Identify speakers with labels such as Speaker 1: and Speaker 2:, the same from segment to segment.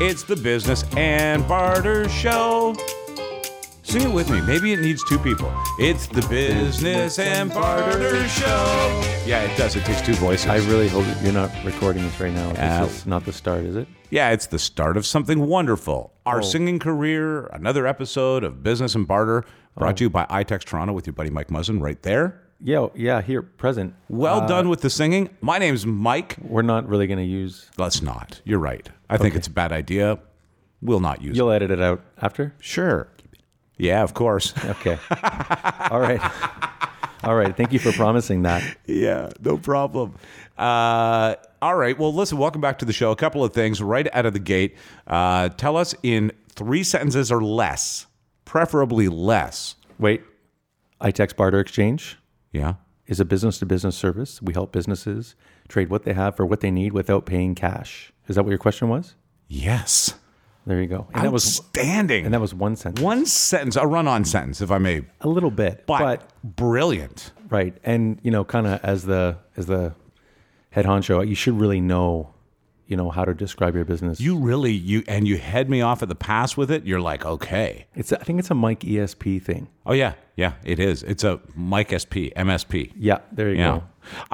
Speaker 1: It's the Business and Barter Show. Sing it with me. Maybe it needs two people. It's the Business and Barter Show. Yeah, it does. It takes two voices.
Speaker 2: I really hope that you're not recording this right now.
Speaker 1: Ah.
Speaker 2: This is not the start, is it?
Speaker 1: Yeah, it's the start of something wonderful.
Speaker 2: Oh.
Speaker 1: Our singing career, another episode of Business and Barter,
Speaker 2: Oh.
Speaker 1: brought to you by iTex Toronto with your buddy Mike Muzzin right there.
Speaker 2: Yeah, yeah. Here, present.
Speaker 1: Well done with the singing. My name's Mike.
Speaker 2: We're not really going to use.
Speaker 1: Let's not. You're right. I think it's a bad idea. We'll not use
Speaker 2: You'll edit it out after.
Speaker 1: it. Sure. Yeah, of course.
Speaker 2: Okay. All right. All right. Thank you for promising that.
Speaker 1: yeah, no problem. Uh, all right. Well, listen, welcome back to the show. A couple of things right out of the gate. Uh, tell us in three sentences or less, preferably less.
Speaker 2: Wait. iTex Barter Exchange
Speaker 1: Yeah.
Speaker 2: is a business-to-business service. We help businesses trade what they have for what they need without paying cash. Is that what your question was?
Speaker 1: Yes.
Speaker 2: There you go. And that
Speaker 1: That
Speaker 2: was
Speaker 1: was standing.
Speaker 2: and that was one sentence.
Speaker 1: one sentence, a run-on sentence, if I may,
Speaker 2: A little bit,
Speaker 1: but,
Speaker 2: but
Speaker 1: brilliant.
Speaker 2: Right, and you know, kind of as the as the head honcho, you should really know, you know, how to describe your business.
Speaker 1: You really you and you head me off at the pass with it. You're like, okay,
Speaker 2: it's I think it's a Mike ESP thing.
Speaker 1: oh yeah, yeah, it is. It's a Mike SP MSP.
Speaker 2: Yeah, there you
Speaker 1: Yeah.
Speaker 2: go.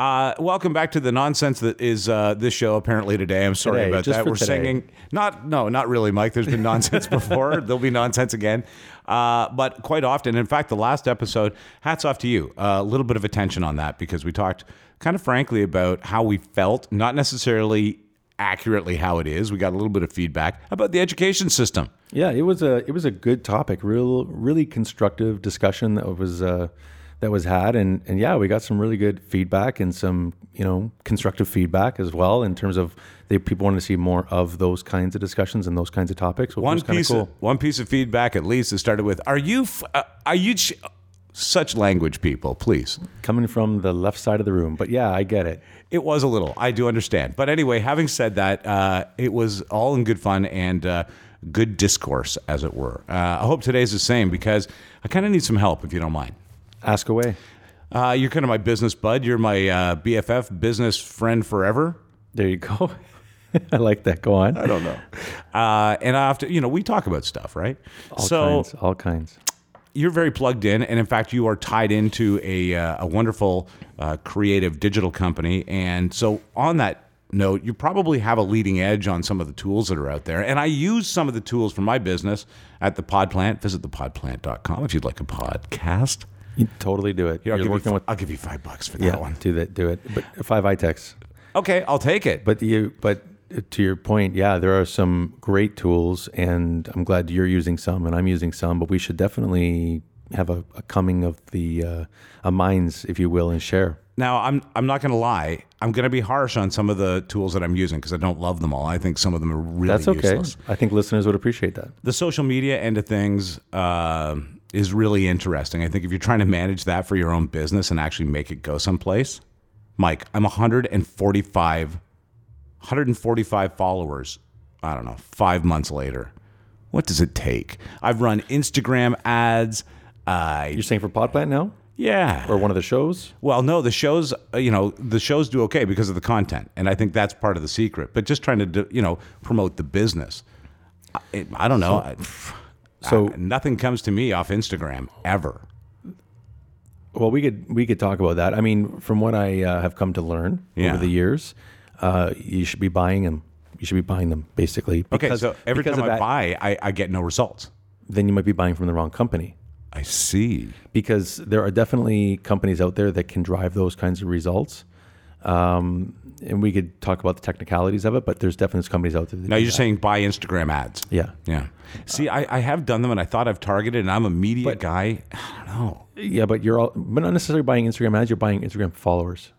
Speaker 1: Uh, welcome back to the nonsense that is uh, this show. Apparently today, I'm sorry
Speaker 2: Today,
Speaker 1: about
Speaker 2: just
Speaker 1: that.
Speaker 2: for
Speaker 1: We're
Speaker 2: today.
Speaker 1: singing. Not no, not really, Mike. There's been nonsense before. There'll be nonsense again. Uh, but quite often, in fact, the last episode. Hats off to you. A little bit of attention on that because we talked kind of frankly about how we felt, not necessarily accurately how it is. We got a little bit of feedback about the education system.
Speaker 2: Yeah, it was a it was a good topic, real really constructive discussion that was uh, that was had, and and yeah, we got some really good feedback and some you know constructive feedback as well in terms of they people want to see more of those kinds of discussions and those kinds of topics. Which
Speaker 1: One
Speaker 2: was kinda
Speaker 1: piece,
Speaker 2: cool.
Speaker 1: of, one piece of feedback at least. It started with, "Are you? F- uh, are you?" Ch- such language people, please.
Speaker 2: coming from the left side of the room, but yeah, I get it.
Speaker 1: It was a little. I do understand. But anyway, having said that, uh, it was all in good fun and uh, good discourse, as it were. Uh, I hope today's the same because I kind of need some help, if you don't mind.
Speaker 2: Ask away.
Speaker 1: Uh, you're kind of my business bud. You're my uh, BFF, business friend forever.
Speaker 2: There you go. I like that. Go on.
Speaker 1: don't know. Uh, and I have to, you know, we talk about stuff, right?
Speaker 2: All kinds. All kinds.
Speaker 1: you're very plugged in, and in fact, you are tied into a uh, a wonderful uh, creative digital company. And so, on that note, you probably have a leading edge on some of the tools that are out there. And I use some of the tools for my business at the Pod Plant. Visit thepodplant.com if you'd like a podcast.
Speaker 2: You totally do
Speaker 1: I'll
Speaker 2: it. You're
Speaker 1: give
Speaker 2: working
Speaker 1: you,
Speaker 2: with
Speaker 1: I'll give you five bucks for that
Speaker 2: yeah.
Speaker 1: one.
Speaker 2: Do that. Do it. But five iTechs.
Speaker 1: Okay, I'll take it.
Speaker 2: But you. But to your point, yeah, there are some great tools, and I'm glad you're using some, and I'm using some. But we should definitely have a, a coming of the uh, a minds, if you will, and share.
Speaker 1: Now, I'm I'm not going to lie. I'm going to be harsh on some of the tools that I'm using because I don't love them all. I think some of them are really
Speaker 2: That's okay.
Speaker 1: useless.
Speaker 2: I think listeners would appreciate that.
Speaker 1: the social media end of things um is really interesting. I think if you're trying to manage that for your own business and actually make it go someplace, Mike, I'm 145, 145 followers. I don't know, five months later. What does it take? I've run Instagram ads. I
Speaker 2: You're saying for Podplant now,
Speaker 1: yeah.
Speaker 2: or one of the shows?
Speaker 1: Well, no, the shows, uh, you know, the shows do okay because of the content, and I think that's part of the secret. But just trying to, do, you know, promote the business. I, I don't know. I-
Speaker 2: So
Speaker 1: nothing comes to me off Instagram ever.
Speaker 2: Well, we could we could talk about that. I mean, from what I uh, have come to learn
Speaker 1: Yeah.
Speaker 2: over the years, uh, you should be buying them. You should be buying them basically.
Speaker 1: Okay,
Speaker 2: because-
Speaker 1: so every
Speaker 2: because
Speaker 1: time
Speaker 2: of
Speaker 1: I
Speaker 2: that,
Speaker 1: buy, I, I get no results.
Speaker 2: then you might be buying from the wrong company
Speaker 1: I see.
Speaker 2: because there are definitely companies out there that can drive those kinds of results. Um, and we could talk about the technicalities of it, but there's definitely companies out there. That
Speaker 1: Now
Speaker 2: do
Speaker 1: you're saying buy Instagram ads.
Speaker 2: that. yeah,
Speaker 1: Yeah. See, I, I have done them and I thought I've targeted and I'm a media guy. I don't know.
Speaker 2: yeah, but you're all, but not necessarily buying Instagram ads. You're buying Instagram followers.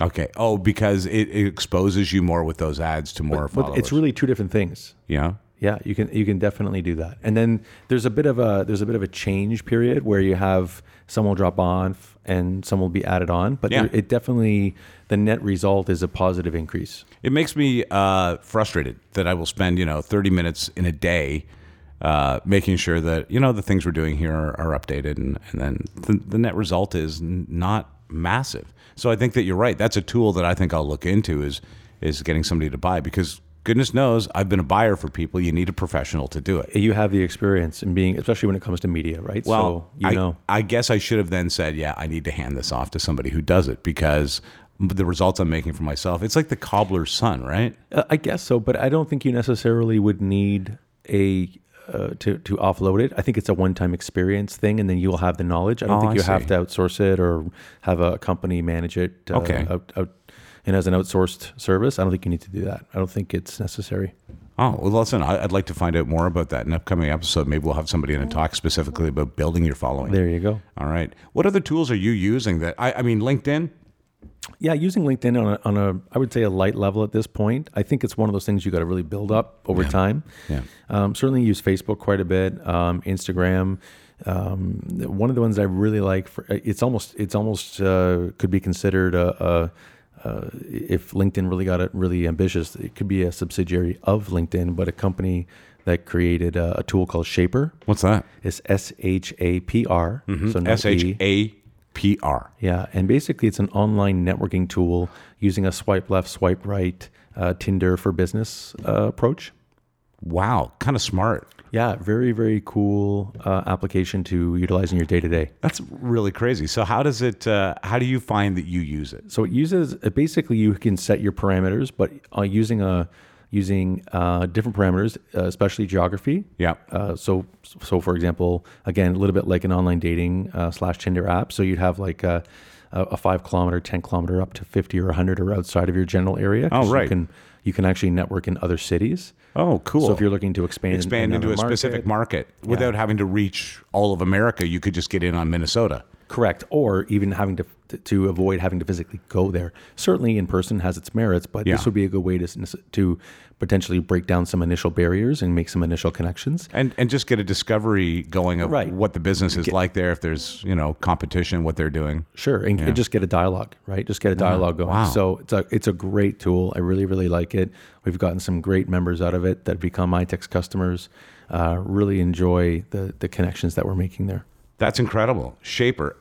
Speaker 1: Okay. Oh, because it, it exposes you more with those ads to more followers.
Speaker 2: But it's really two different things.
Speaker 1: yeah.
Speaker 2: Yeah, you can you can definitely do that. And then there's a bit of a there's a bit of a change period where you have some will drop off and some will be added on, but
Speaker 1: Yeah.
Speaker 2: there- it definitely the net result is a positive increase.
Speaker 1: It makes me uh, frustrated that I will spend, you know, 30 minutes in a day uh, making sure that, you know, the things we're doing here are, are updated. And, and then the, the net result is n- not massive. So I think that you're right. That's a tool that I think I'll look into is is getting somebody to buy because goodness knows I've been a buyer for people. You need a professional to do it.
Speaker 2: You have the experience in being, especially when it comes to media, right?
Speaker 1: Well,
Speaker 2: so, you
Speaker 1: I,
Speaker 2: know,
Speaker 1: I guess I should have then said, yeah, I need to hand this off to somebody who does it because the results I'm making for myself, it's like the cobbler's son, right?
Speaker 2: Uh, I guess so, but I don't think you necessarily would need a uh, to to offload it. I think it's a one time experience thing, and then you'll have the knowledge. I don't
Speaker 1: Oh,
Speaker 2: think
Speaker 1: I
Speaker 2: you have
Speaker 1: see.
Speaker 2: to outsource it or have a company manage it. Uh,
Speaker 1: Okay.
Speaker 2: Out, out, and as an outsourced service, I don't think you need to do that. I don't think it's necessary.
Speaker 1: Oh, well, listen, I- I'd like to find out more about that in an upcoming episode. Maybe we'll have somebody in and talk specifically about building your following.
Speaker 2: There you go.
Speaker 1: All right. What other tools are you using that, I, I mean, LinkedIn?
Speaker 2: Yeah, using LinkedIn on a, on a, I would say a light level at this point. I think it's one of those things you got to really build up over time.
Speaker 1: Yeah.
Speaker 2: Um, certainly use Facebook quite a bit, um, Instagram. Um, one of the ones I really like for uh, it's almost it's almost uh, could be considered a, a, a if LinkedIn really got it really ambitious, it could be a subsidiary of LinkedIn, but a company that created a, a tool called Shaper.
Speaker 1: What's that?
Speaker 2: It's S H A P R. So no
Speaker 1: Mm-hmm. S H
Speaker 2: E.
Speaker 1: A P R.
Speaker 2: Yeah, and basically it's an online networking tool using a swipe left, swipe right, uh, Tinder for business uh, approach.
Speaker 1: Wow. Kind of smart.
Speaker 2: Yeah, very very cool uh, application to utilize in your day to day.
Speaker 1: That's really crazy. So, how does it, uh, how do you find that you use it?
Speaker 2: So it uses uh, basically you can set your parameters, but uh, using a using uh, different parameters, uh, especially geography.
Speaker 1: Yeah.
Speaker 2: Uh, so, so for example, again, a little bit like an online dating uh, slash Tinder app. So you'd have like a, a a five kilometer, ten kilometer, up to fifty or hundred, or outside of your general area. 'cause
Speaker 1: Oh, right.
Speaker 2: You can you can actually network in other cities.
Speaker 1: Oh, cool.
Speaker 2: So if you're looking to expand
Speaker 1: expand into
Speaker 2: another
Speaker 1: a specific market without having to reach all of America, you could just get in on Minnesota.
Speaker 2: Correct, or even having to to avoid having to physically go there. Certainly, in person has its merits, but
Speaker 1: Yeah.
Speaker 2: this would be a good way to s- to potentially break down some initial barriers and make some initial connections.
Speaker 1: and and just get a discovery going of
Speaker 2: Right.
Speaker 1: what the business is like there if there's you know competition what they're doing
Speaker 2: Sure, and, and just get a dialogue, right? Just get a dialogue going.
Speaker 1: Wow.
Speaker 2: So it's a it's a great tool. I really really like it. We've gotten some great members out of it that become iTex customers. Uh, really enjoy the the connections that we're making there.
Speaker 1: that's incredible shaper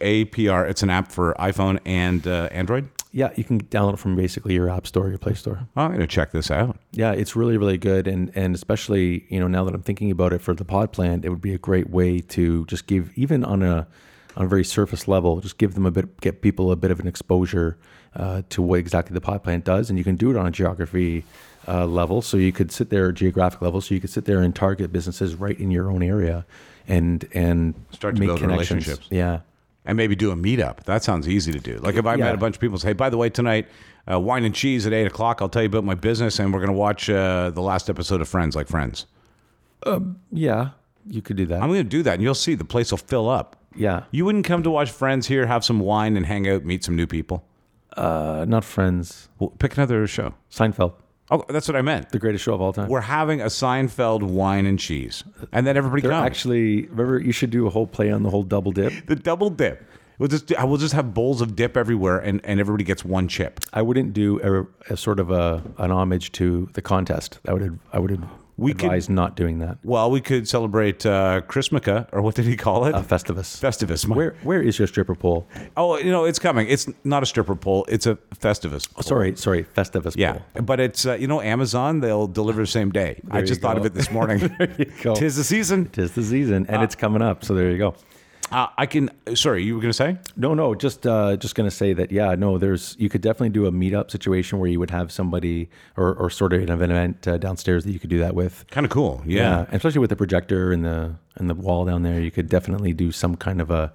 Speaker 1: s-h-a-p-r it's an app for iphone and uh, android Oh,
Speaker 2: Yeah, you can download it from basically your app store, your Play Store.
Speaker 1: i'm going to check this out
Speaker 2: Yeah, it's really, really good, and and especially you know now that I'm thinking about it for the pod plant, it would be a great way to just give even on a on a very surface level, just give them a bit, get people a bit of an exposure uh, to what exactly the pod plant does, and you can do it on a geography uh, level. So you could sit there geographic level, so you could sit there and target businesses right in your own area, and and
Speaker 1: Start to build
Speaker 2: connections.
Speaker 1: relationships.
Speaker 2: Yeah,
Speaker 1: and maybe do a meetup that sounds easy to do like if i
Speaker 2: Yeah.
Speaker 1: met a bunch of people say hey by the way tonight uh, wine and cheese at 8 o'clock i'll tell you about my business and we're going to watch uh, the last episode of friends like friends
Speaker 2: yeah, you could do that.
Speaker 1: i'm going to do that and you'll see the place will fill up
Speaker 2: yeah,
Speaker 1: you wouldn't come to watch friends here have some wine and hang out meet some new people
Speaker 2: uh, not Friends,
Speaker 1: well, pick another show
Speaker 2: Seinfeld,
Speaker 1: oh that's what i meant
Speaker 2: the greatest show of all time.
Speaker 1: We're having a Seinfeld wine and cheese, and then everybody
Speaker 2: They're
Speaker 1: comes.
Speaker 2: actually, remember, you should do a whole play on the whole double dip.
Speaker 1: the double dip. We'll just I will just have bowls of dip everywhere, and, and everybody gets one chip.
Speaker 2: I wouldn't do a, a sort of a an homage to the contest. I would I would
Speaker 1: We could-
Speaker 2: advise not doing that.
Speaker 1: Well, we could celebrate uh, Chrismica, or what did he call it?
Speaker 2: A Uh, Festivus.
Speaker 1: Festivus. My-
Speaker 2: where where is your stripper pole?
Speaker 1: Oh, you know, it's coming. It's not a stripper pole. It's a Festivus. pole.
Speaker 2: Oh, Sorry, sorry, Festivus
Speaker 1: Yeah,
Speaker 2: pole.
Speaker 1: but it's uh, you know Amazon. They'll deliver the same day. I
Speaker 2: you
Speaker 1: just thought
Speaker 2: go.
Speaker 1: of it this morning.
Speaker 2: go.
Speaker 1: Tis the season.
Speaker 2: Tis the season, and it's coming up. So there you go.
Speaker 1: Uh, I can. Sorry, you were going to say?
Speaker 2: No, no, just uh, just gonna say that. Yeah, no, there's you could definitely do a meetup situation where you would have somebody or or sort of an event uh, downstairs that you could do that with.
Speaker 1: Kind of cool.
Speaker 2: Yeah.
Speaker 1: Yeah.
Speaker 2: Uh, and especially with the projector and the and the wall down there, you could definitely do some kind of a,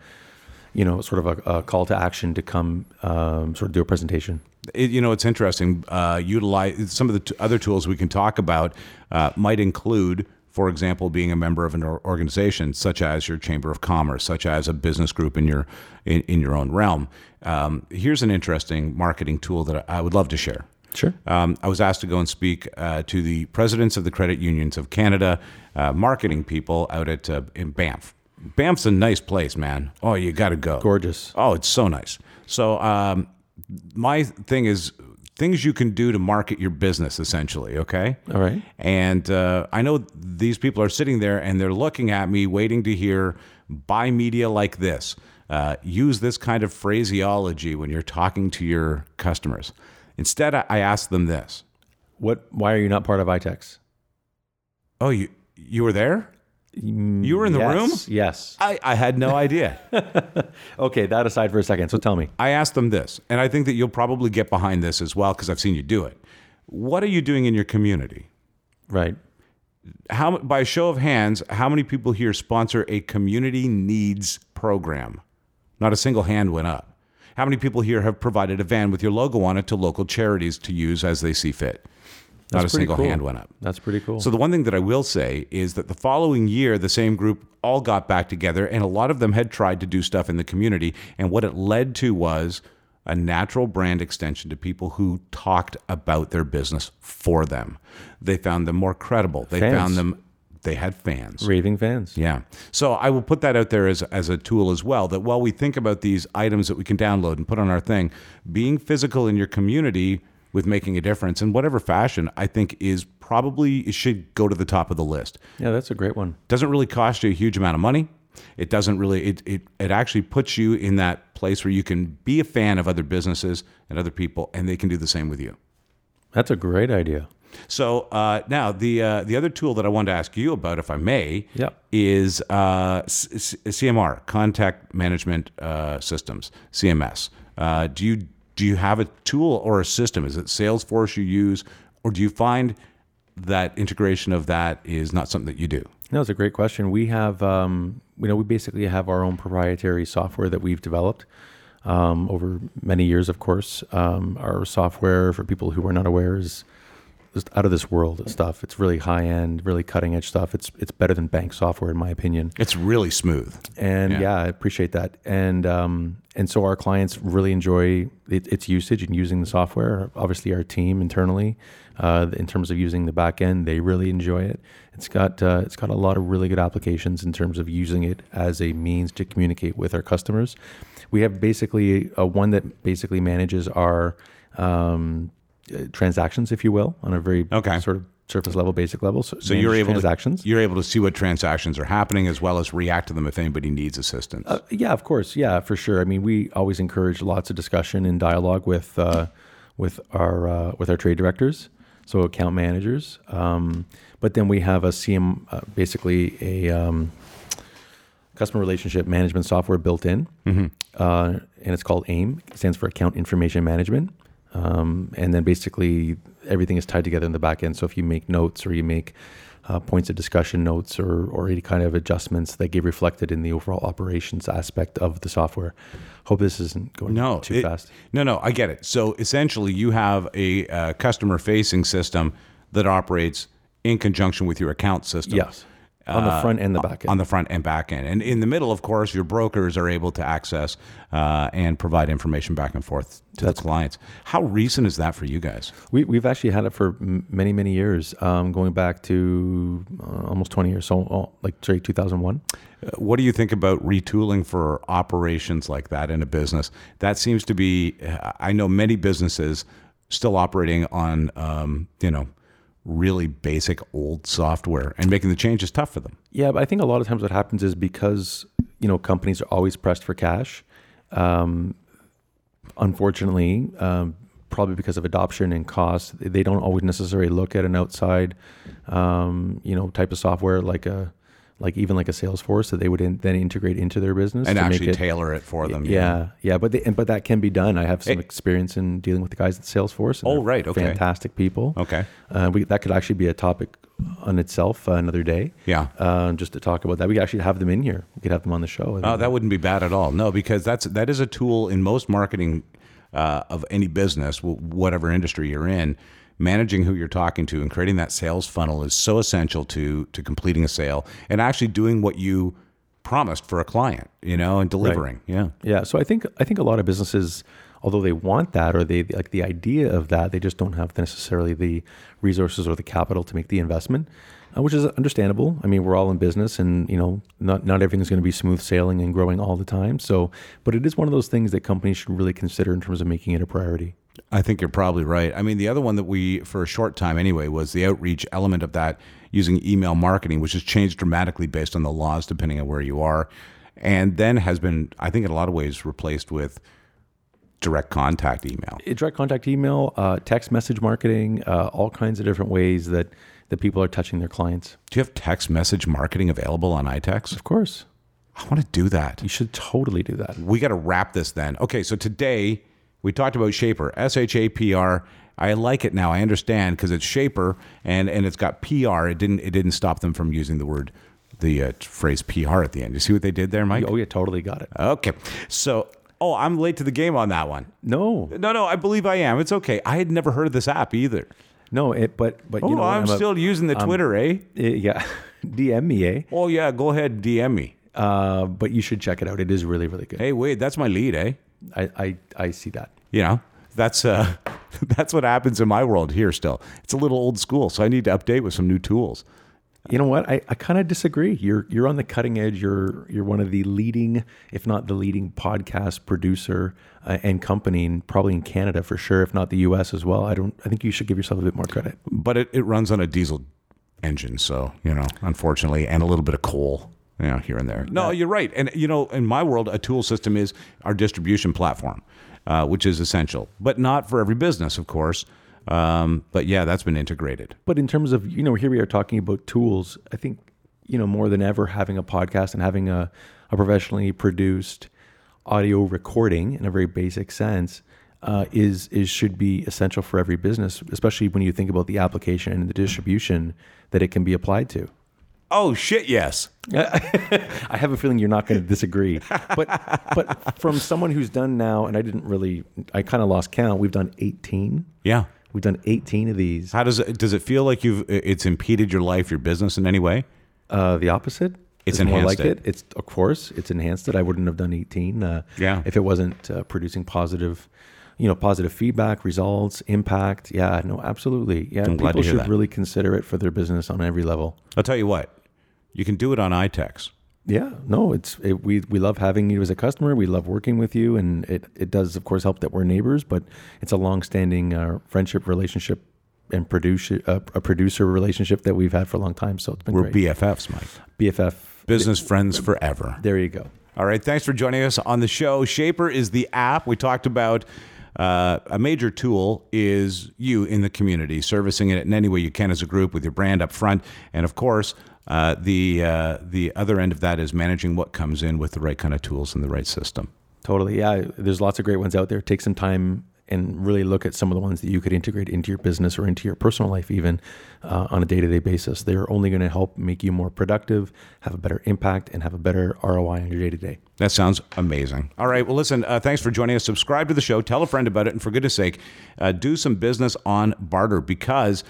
Speaker 2: you know, sort of a, a call to action to come, um, sort of do a presentation.
Speaker 1: It, you know, it's interesting. Uh, utilize some of the t- other tools we can talk about uh, might include, for example, being a member of an or- organization such as your chamber of commerce, such as a business group in your in, in your own realm. Um, here's an interesting marketing tool that I I would love to share.
Speaker 2: Sure.
Speaker 1: Um, I was asked to go and speak uh, to the presidents of the credit unions of Canada, uh, marketing people out at uh, in Banff. Banff's a nice place, man. Oh, you got to go.
Speaker 2: Gorgeous.
Speaker 1: Oh, it's so nice. So, um, my thing is things you can do to market your business, essentially. Okay.
Speaker 2: All right.
Speaker 1: And uh, I know these people are sitting there and they're looking at me, waiting to hear buy media like this. Uh, use this kind of phraseology when you're talking to your customers. Instead, I I ask them this
Speaker 2: what? Why are you not part of E ITEX?
Speaker 1: Oh, you you were there? You were in the room?
Speaker 2: Yes, Yes.
Speaker 1: I, I had no idea.
Speaker 2: Okay, that aside for a second. So tell me.
Speaker 1: I asked them this, and I think that you'll probably get behind this as well because I've seen you do it. What are you doing in your community?
Speaker 2: Right.
Speaker 1: How by a show of hands, how many people here sponsor a community needs program? Not a single hand went up. How many people here have provided a van with your logo on it to local charities to use as they see fit? Not a
Speaker 2: pretty
Speaker 1: single
Speaker 2: cool.
Speaker 1: hand went up.
Speaker 2: That's pretty cool.
Speaker 1: So the one thing that I will say is that the following year, the same group all got back together, and a lot of them had tried to do stuff in the community. And what it led to was a natural brand extension to people who talked about their business for them. They found them more credible. They
Speaker 2: Fans.
Speaker 1: found them. They had fans.
Speaker 2: Raving fans.
Speaker 1: Yeah. So I will put that out there as, as a tool as well that while we think about these items that we can download and put on our thing, being physical in your community with making a difference in whatever fashion, I think is probably it should go to the top of the list.
Speaker 2: Yeah, that's a great one.
Speaker 1: Doesn't really cost you a huge amount of money. It doesn't really it, it it actually puts you in that place where you can be a fan of other businesses and other people and they can do the same with you.
Speaker 2: That's a great idea.
Speaker 1: So uh, now the uh, the other tool that I wanted to ask you about, if I may,
Speaker 2: Yeah.
Speaker 1: is uh, C- C- CMR, Contact Management uh, Systems, CMS. Uh, do you do you have a tool or a system? Is it Salesforce you use, or do you find that integration of that is not something that you do?
Speaker 2: No, it's a great question. We have, um, you know, we basically have our own proprietary software that we've developed um, over many years. Of course, um, our software for people who are not aware is just out of this world stuff. It's really high end, really cutting edge stuff. It's it's better than bank software, in my opinion.
Speaker 1: It's really smooth.
Speaker 2: And yeah, I appreciate that. And um, and so our clients really enjoy it, its usage and using the software. Obviously, our team internally, uh, in terms of using the back end, they really enjoy it. It's got uh, it's got a lot of really good applications in terms of using it as a means to communicate with our customers. We have basically a one that basically manages our um, uh, transactions, if you will, on a very
Speaker 1: Okay.
Speaker 2: sort of surface level, basic level. So,
Speaker 1: So you're
Speaker 2: manage
Speaker 1: able
Speaker 2: transactions.
Speaker 1: to you're able to see what transactions are happening as well as react to them if anybody needs assistance.
Speaker 2: Uh, Yeah, of course. Yeah, for sure. I mean, we always encourage lots of discussion and dialogue with uh, with our uh, with our trade directors, so account managers. Um, but then we have a CM, uh, basically a um, customer relationship management software built in,
Speaker 1: Mm-hmm.
Speaker 2: uh, and it's called AIM. It stands for Account Information Management. Um, and then basically everything is tied together in the back end. So if you make notes or you make uh, points of discussion notes or, or any kind of adjustments that get reflected in the overall operations aspect of the software. Hope this isn't going
Speaker 1: no
Speaker 2: too
Speaker 1: it-
Speaker 2: fast.
Speaker 1: no no i get it so essentially you have a uh, customer facing system that operates in conjunction with your account system
Speaker 2: Yes. On the front and the back end.
Speaker 1: Uh, on the front and back end and in the middle of course your brokers are able to access uh, and provide information back and forth to the clients how recent is that for you guys
Speaker 2: We, we've actually had it for m- many, many years, um, going back to uh, almost 20 years. So, uh, like, sorry, 2001.
Speaker 1: Uh, what do you think about retooling for operations like that in a business that seems to be uh, i know many businesses still operating on um, you know really basic old software and making the change is tough for them
Speaker 2: Yeah, but I think a lot of times what happens is because you know companies are always pressed for cash. Um, unfortunately, um, probably because of adoption and cost, they don't always necessarily look at an outside, um, you know, type of software like a, like even like a Salesforce that they would in, then integrate into their business
Speaker 1: and
Speaker 2: to make
Speaker 1: actually
Speaker 2: it-
Speaker 1: tailor it for them
Speaker 2: yeah, yeah, but they, and, but that can be done. I have some experience in dealing with the guys at Salesforce. and
Speaker 1: Oh,
Speaker 2: they're
Speaker 1: right, okay.
Speaker 2: fantastic people.
Speaker 1: Okay.
Speaker 2: uh, we, that could actually be a topic on itself uh, another day.
Speaker 1: Yeah.
Speaker 2: uh, just to talk about that. We could actually have them in here. We could have them on the show.
Speaker 1: Oh, that wouldn't be bad at all. No, because that's that is a tool in most marketing uh, of any business, wh- whatever industry you're in. Managing who you're talking to and creating that sales funnel is so essential to to completing a sale and actually doing what you promised for a client, you know, and delivering. Yeah.
Speaker 2: yeah, so I think I think a lot of businesses, although they want that or they like the idea of that, they just don't have necessarily the resources or the capital to make the investment, uh, which is understandable. I mean, we're all in business, and you know, not not everything's going to be smooth sailing and growing all the time. So, but it is one of those things that companies should really consider in terms of making it a priority.
Speaker 1: I think you're probably right. I mean, the other one that we, for a short time anyway, was the outreach element of that using email marketing, which has changed dramatically based on the laws, depending on where you are. And then has been, I think, in a lot of ways replaced with direct contact email?
Speaker 2: direct contact email, uh, text message marketing, uh, all kinds of different ways that that people are touching their clients.
Speaker 1: Do you have text message marketing available on iText?
Speaker 2: Of course,
Speaker 1: I want to do that.
Speaker 2: you should totally do that.
Speaker 1: we got to wrap this then. Okay, so today we talked about Shaper, S H A P R. I like it now. I understand because it's Shaper and and it's got PR. It didn't it didn't stop them from using the word the uh, phrase PR at the end. You see what they did there, Mike?
Speaker 2: Oh yeah, totally got it.
Speaker 1: Okay. So, oh, I'm late to the game on that one.
Speaker 2: No,
Speaker 1: No, no, I believe I am. It's okay. I had never heard of this app either.
Speaker 2: no, it, but but you
Speaker 1: oh,
Speaker 2: know what,
Speaker 1: I'm
Speaker 2: a-
Speaker 1: still using the Twitter, eh?
Speaker 2: eh, yeah, DM me, eh?
Speaker 1: Oh yeah, go ahead, DM me.
Speaker 2: Uh, but you should check it out. It is really really good.
Speaker 1: Hey, wait, that's my lead, eh?
Speaker 2: I I, I see that.
Speaker 1: you know that's uh that's what happens in my world here still it's a little old school so i need to update with some new tools
Speaker 2: You know what? I, I kind of disagree. You're you're on the cutting edge. You're you're one of the leading, if not the leading, podcast producer uh, and company, in, probably in Canada for sure, if not the U.S. as well. I don't. I think you should give yourself a bit more credit.
Speaker 1: but it, it runs on a diesel engine so you know unfortunately and a little bit of coal you know here and there no you're right and you know in my world a tool system is our distribution platform uh, which is essential but not for every business of course um, but yeah that's been integrated
Speaker 2: But in terms of you know, here we are talking about tools. I think you know more than ever, having a podcast and having a a professionally produced audio recording in a very basic sense uh, is is should be essential for every business, especially when you think about the application and the distribution that it can be applied to.
Speaker 1: oh shit yes
Speaker 2: I have a feeling you're not going to disagree. But but from someone who's done now, and I didn't really, I kind of lost count. We've done 18.
Speaker 1: yeah
Speaker 2: We've done 18 of these.
Speaker 1: how does it does it feel like you've it's impeded your life your business in any way
Speaker 2: Uh, the opposite.
Speaker 1: It's
Speaker 2: is more
Speaker 1: enhanced
Speaker 2: like it. It's of course it's enhanced it. I wouldn't have done 18. Uh,
Speaker 1: Yeah.
Speaker 2: If it wasn't uh, producing positive, you know, positive feedback, results, impact. Yeah. No, absolutely. Yeah.
Speaker 1: glad to
Speaker 2: people
Speaker 1: hear
Speaker 2: should
Speaker 1: that.
Speaker 2: really consider it for their business on every level.
Speaker 1: i'll tell you what you can do it on E itex
Speaker 2: Yeah, no, it's it, we we love having you as a customer. We love working with you, and it it does, of course, help that we're neighbors. But it's a long-standing uh, friendship relationship and produce uh, a producer relationship that we've had for a long time. So it's been
Speaker 1: We're
Speaker 2: great.
Speaker 1: BFFs, Mike.
Speaker 2: BFF.
Speaker 1: Business friends forever.
Speaker 2: There you go.
Speaker 1: All right. Thanks for joining us on the show. Shaper is the app. We talked about uh, a major tool is you in the community, servicing it in any way you can as a group with your brand up front. And of course, uh, the, uh, the other end of that is managing what comes in with the right kind of tools and the right system.
Speaker 2: Totally. Yeah, there's lots of great ones out there. Take some time and really look at some of the ones that you could integrate into your business or into your personal life, even uh, on a day to day basis. They're only going to help make you more productive, have a better impact, and have a better ROI on your day to day.
Speaker 1: That sounds amazing. All right. Well, listen, uh, thanks for joining us. Subscribe to the show. Tell a friend about it. And for goodness sake, uh, do some business on barter because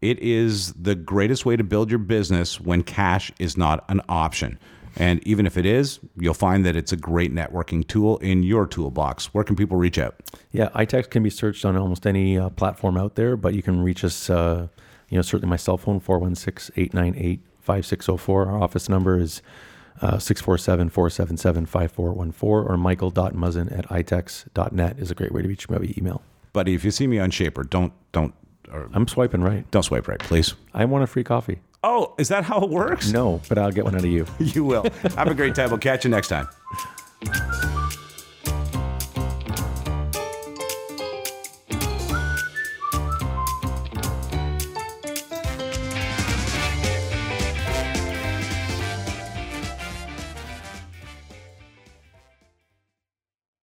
Speaker 1: it is the greatest way to build your business when cash is not an option. And even if it is, you'll find that it's a great networking tool in your toolbox. Where can people reach out?
Speaker 2: Yeah, iText can be searched on almost any uh, platform out there, but you can reach us, uh, you know, certainly my cell phone, 416 898 5604. Our office number is uh, 647 477 5414 or michael.muzzin at itex.net is a great way to reach me by email.
Speaker 1: Buddy, if you see me on Shaper, don't don't or
Speaker 2: I'm swiping right.
Speaker 1: don't swipe right, please.
Speaker 2: I want a free coffee.
Speaker 1: Oh, is that how it works?
Speaker 2: No, but I'll get one out of you.
Speaker 1: You will. Have a great time. We'll catch you next time.